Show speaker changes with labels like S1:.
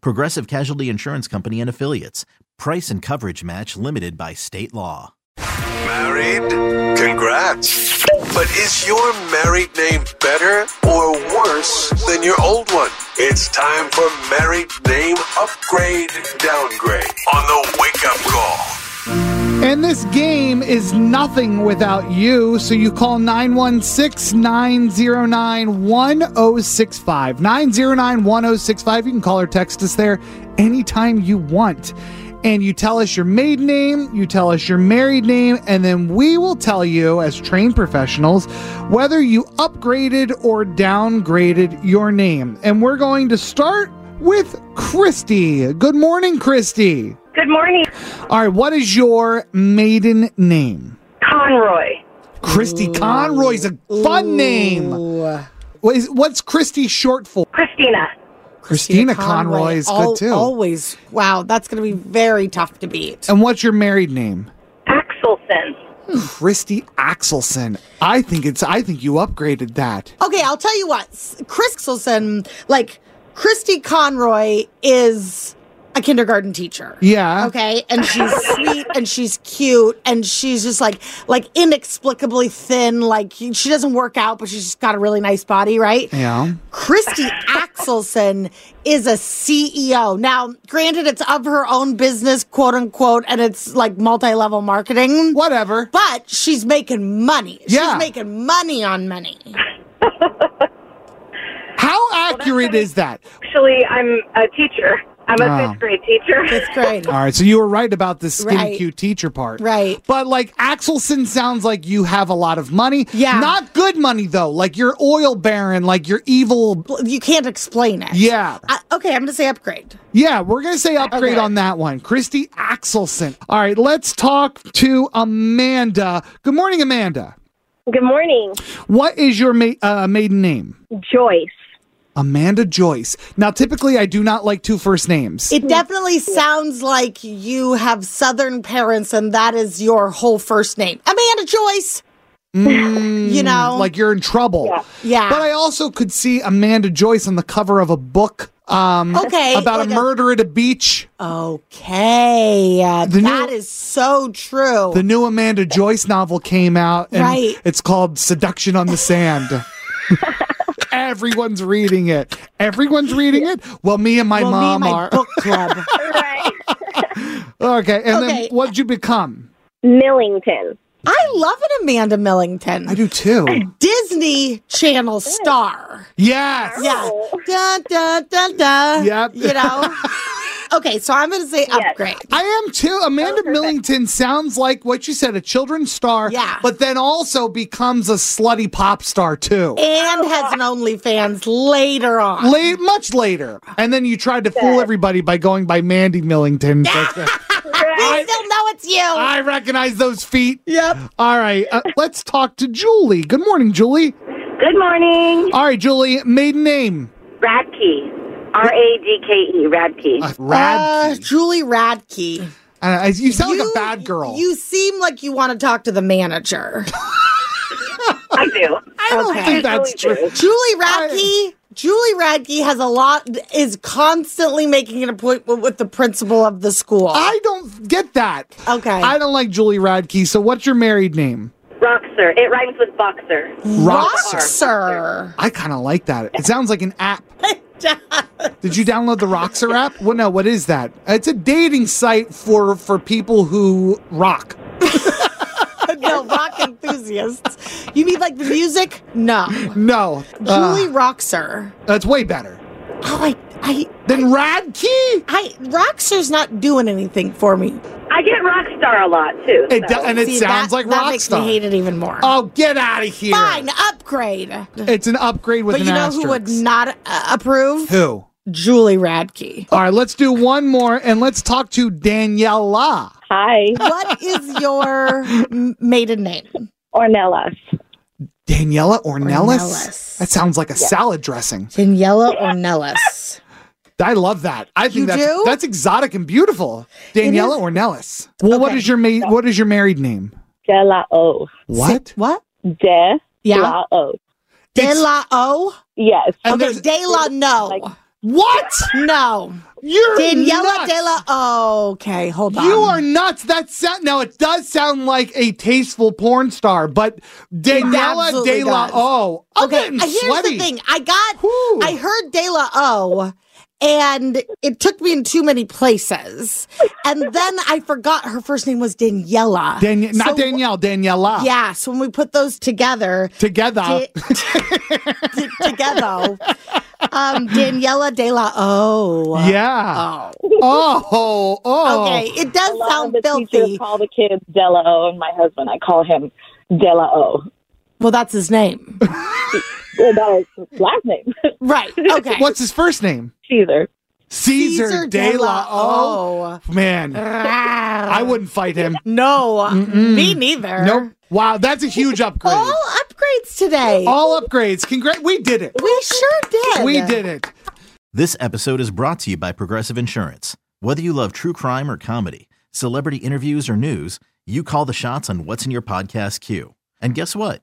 S1: Progressive Casualty Insurance Company and Affiliates. Price and coverage match limited by state law.
S2: Married? Congrats. But is your married name better or worse than your old one? It's time for married name upgrade downgrade on the wake up call.
S3: And this game is nothing without you. So you call 916 909 1065. 909 1065. You can call or text us there anytime you want. And you tell us your maiden name, you tell us your married name, and then we will tell you, as trained professionals, whether you upgraded or downgraded your name. And we're going to start with Christy. Good morning, Christy.
S4: Good morning,
S3: All right, what is your maiden name?
S4: Conroy.
S3: Christy Conroy's a fun name.
S5: Ooh.
S3: What is, what's Christy short for?
S4: Christina.
S3: Christina Conroy is
S5: al-
S3: good too.
S5: Always. Wow, that's going to be very tough to beat.
S3: And what's your married name?
S4: Axelson.
S3: Christy Axelson. I think it's. I think you upgraded that.
S5: Okay, I'll tell you what. S- Chris Chriselson, like Christy Conroy is a kindergarten teacher.
S3: Yeah.
S5: Okay, and she's sweet and she's cute and she's just like like inexplicably thin. Like she doesn't work out, but she's just got a really nice body, right?
S3: Yeah.
S5: Christy Axelson is a CEO. Now, granted, it's of her own business, quote unquote, and it's like multi level marketing.
S3: Whatever.
S5: But she's making money.
S3: Yeah.
S5: She's making money on money.
S3: How accurate is that?
S4: Actually, I'm a teacher. I'm a
S3: Wow.
S4: fifth grade teacher.
S5: Fifth grade.
S3: All right. So you were right about the skinny
S5: Right.
S3: cute teacher part.
S5: Right.
S3: But like Axelson sounds like you have a lot of money.
S5: Yeah.
S3: Not good money though. Like you're oil baron. Like you're evil.
S5: You can't explain it.
S3: Yeah.
S5: I- okay, I'm going to say upgrade.
S3: Yeah, we're going to say upgrade
S5: Okay.
S3: on that one. Christy Axelson. All right, let's talk to Amanda. Good morning, Amanda.
S4: Good morning,
S3: What is your ma- uh, maiden name?
S4: Joyce.
S3: Amanda Joyce. Now, typically, I do not like two first names.
S5: It definitely sounds like you have Southern parents and that is your whole first name. Amanda Joyce. you know?
S3: Mm, like you're in trouble.
S5: Yeah.
S3: But I also could see Amanda Joyce on the cover of a book um,
S5: Okay,
S3: about
S5: like
S3: a
S5: a-
S3: murder at a beach.
S5: Okay. Uh, that
S3: The
S5: is
S3: new-
S5: so true.
S3: The new Amanda Joyce novel came out, and
S5: Right.
S3: it's called Seduction on the Sand. Everyone's reading it. Everyone's reading it. Well, me and my
S5: well,
S3: mom
S5: me and my
S3: are.
S5: book club.
S4: Right.
S3: Okay, and then
S5: Okay.
S3: what'd you become?
S4: Millington.
S5: I love an Amanda Millington.
S3: I do too.
S5: Disney Channel star.
S3: yes.
S5: Yeah. Dun, dun, dun, dun.
S3: Yep.
S5: You know? okay, so I'm going to say upgrade.
S3: I am too. Amanda Millington sounds like what you said, a children's star.
S5: Yeah.
S3: But then also becomes a slutty pop star too.
S5: And has an OnlyFans later on.
S3: Late, much later. And then you tried to fool everybody by going by Mandy Millington. uh,
S5: we still know it's you.
S3: I recognize those feet.
S5: yep.
S3: All right, uh, let's talk to Julie. Good morning, Julie.
S4: Good morning,
S3: All right, Julie, maiden name.
S4: Radke. R A D K E. Radke.
S3: Uh, Rad.
S5: Uh, Julie Radke.
S3: Uh, you sound like
S5: You-
S3: a bad girl.
S5: You seem like you want to talk to the manager.
S4: I do.
S3: I don't
S5: Okay.
S3: think that's
S4: Julie
S3: true.
S5: Julie Radke. Julie Radke has a lot is constantly making an appointment with the principal of the school.
S3: I don't get that.
S5: Okay.
S3: I don't like Julie Radke. So, what's your married name?
S4: Roxer. It rhymes with boxer.
S5: Roxer.
S3: I kind of like that. It sounds like an app.
S5: It does.
S3: Did you download the Roxer app? Well, no. What is that? It's a dating site for for people who rock.
S5: no, rock enthusiasts. You mean like the music? No.
S3: No, uh,
S5: Julie Roxer.
S3: that's way better
S5: Oh, I, I,
S3: than Radkey.
S5: I, Roxer's not doing anything for me.
S4: I get Rockstar a lot, too.
S3: It do-
S4: so.
S3: and it
S5: See,
S3: sounds
S5: that,
S3: like
S5: that makes me hate
S3: Rockstar.
S5: it even more.
S3: Oh, get out of here!
S5: Fine, upgrade.
S3: It's an upgrade with
S5: But
S3: an
S5: you know
S3: asterisk.
S5: who would not uh, approve?
S3: Who?
S5: Julie Radke.
S3: All right, let's do one more and let's talk to Daniela.
S6: Hi,
S5: What is your m- maiden name?
S6: Ornelas.
S3: Daniela Ornelas?
S5: Ornelas.
S3: That sounds like a salad dressing.
S5: Daniela Ornelas.
S3: I love that. I think
S5: You
S3: that's
S5: do?
S3: that's exotic and beautiful. Daniela
S5: is-
S3: Ornelas. Well, what
S5: Okay.
S3: is your ma- what is your married name?
S6: De la O.
S3: What?
S5: What?
S6: De
S5: Yeah.
S6: la O.
S5: De
S3: It's-
S5: la O?
S6: Yes.
S3: And
S5: Okay,
S3: there's-
S5: De la No.
S3: What?
S5: No.
S3: You're
S5: Daniela
S3: nuts.
S5: De La O. Okay, hold on.
S3: You are nuts. That sound now it does sound like a tasteful porn star, but Daniela
S5: absolutely
S3: De La
S5: does.
S3: O. I'm
S5: Okay, uh,
S3: getting
S5: here's
S3: sweaty.
S5: the thing. I got
S3: Whew.
S5: I heard De La O and it took me in too many places. And then I forgot her first name was Daniela.
S3: Dan- not
S5: So-
S3: Danielle, Daniela.
S5: Yeah, so when we put those together,
S3: Together.
S5: di- di- together, um, Daniela De La O.
S3: yeah.
S5: Oh.
S3: Oh, oh,
S5: Okay, it does
S6: A lot of
S5: sound
S6: the
S5: filthy.
S6: teachers call the kids De la O, and my husband, I call him De la O.
S5: Well, that's his name.
S6: Well, That was his last name.
S5: Right. Okay.
S3: What's his first name?
S6: Caesar.
S3: Caesar, De La O. Man, I
S5: I
S3: wouldn't fight him.
S5: No, me neither.
S3: Nope. Wow, that's a huge upgrade.
S5: All upgrades today.
S3: All upgrades. Congrats. We did it.
S5: we sure did.
S3: We did it.
S1: This episode is brought to you by Progressive Insurance. Whether you love true crime or comedy, celebrity interviews or news, you call the shots on what's in your podcast queue. And guess what?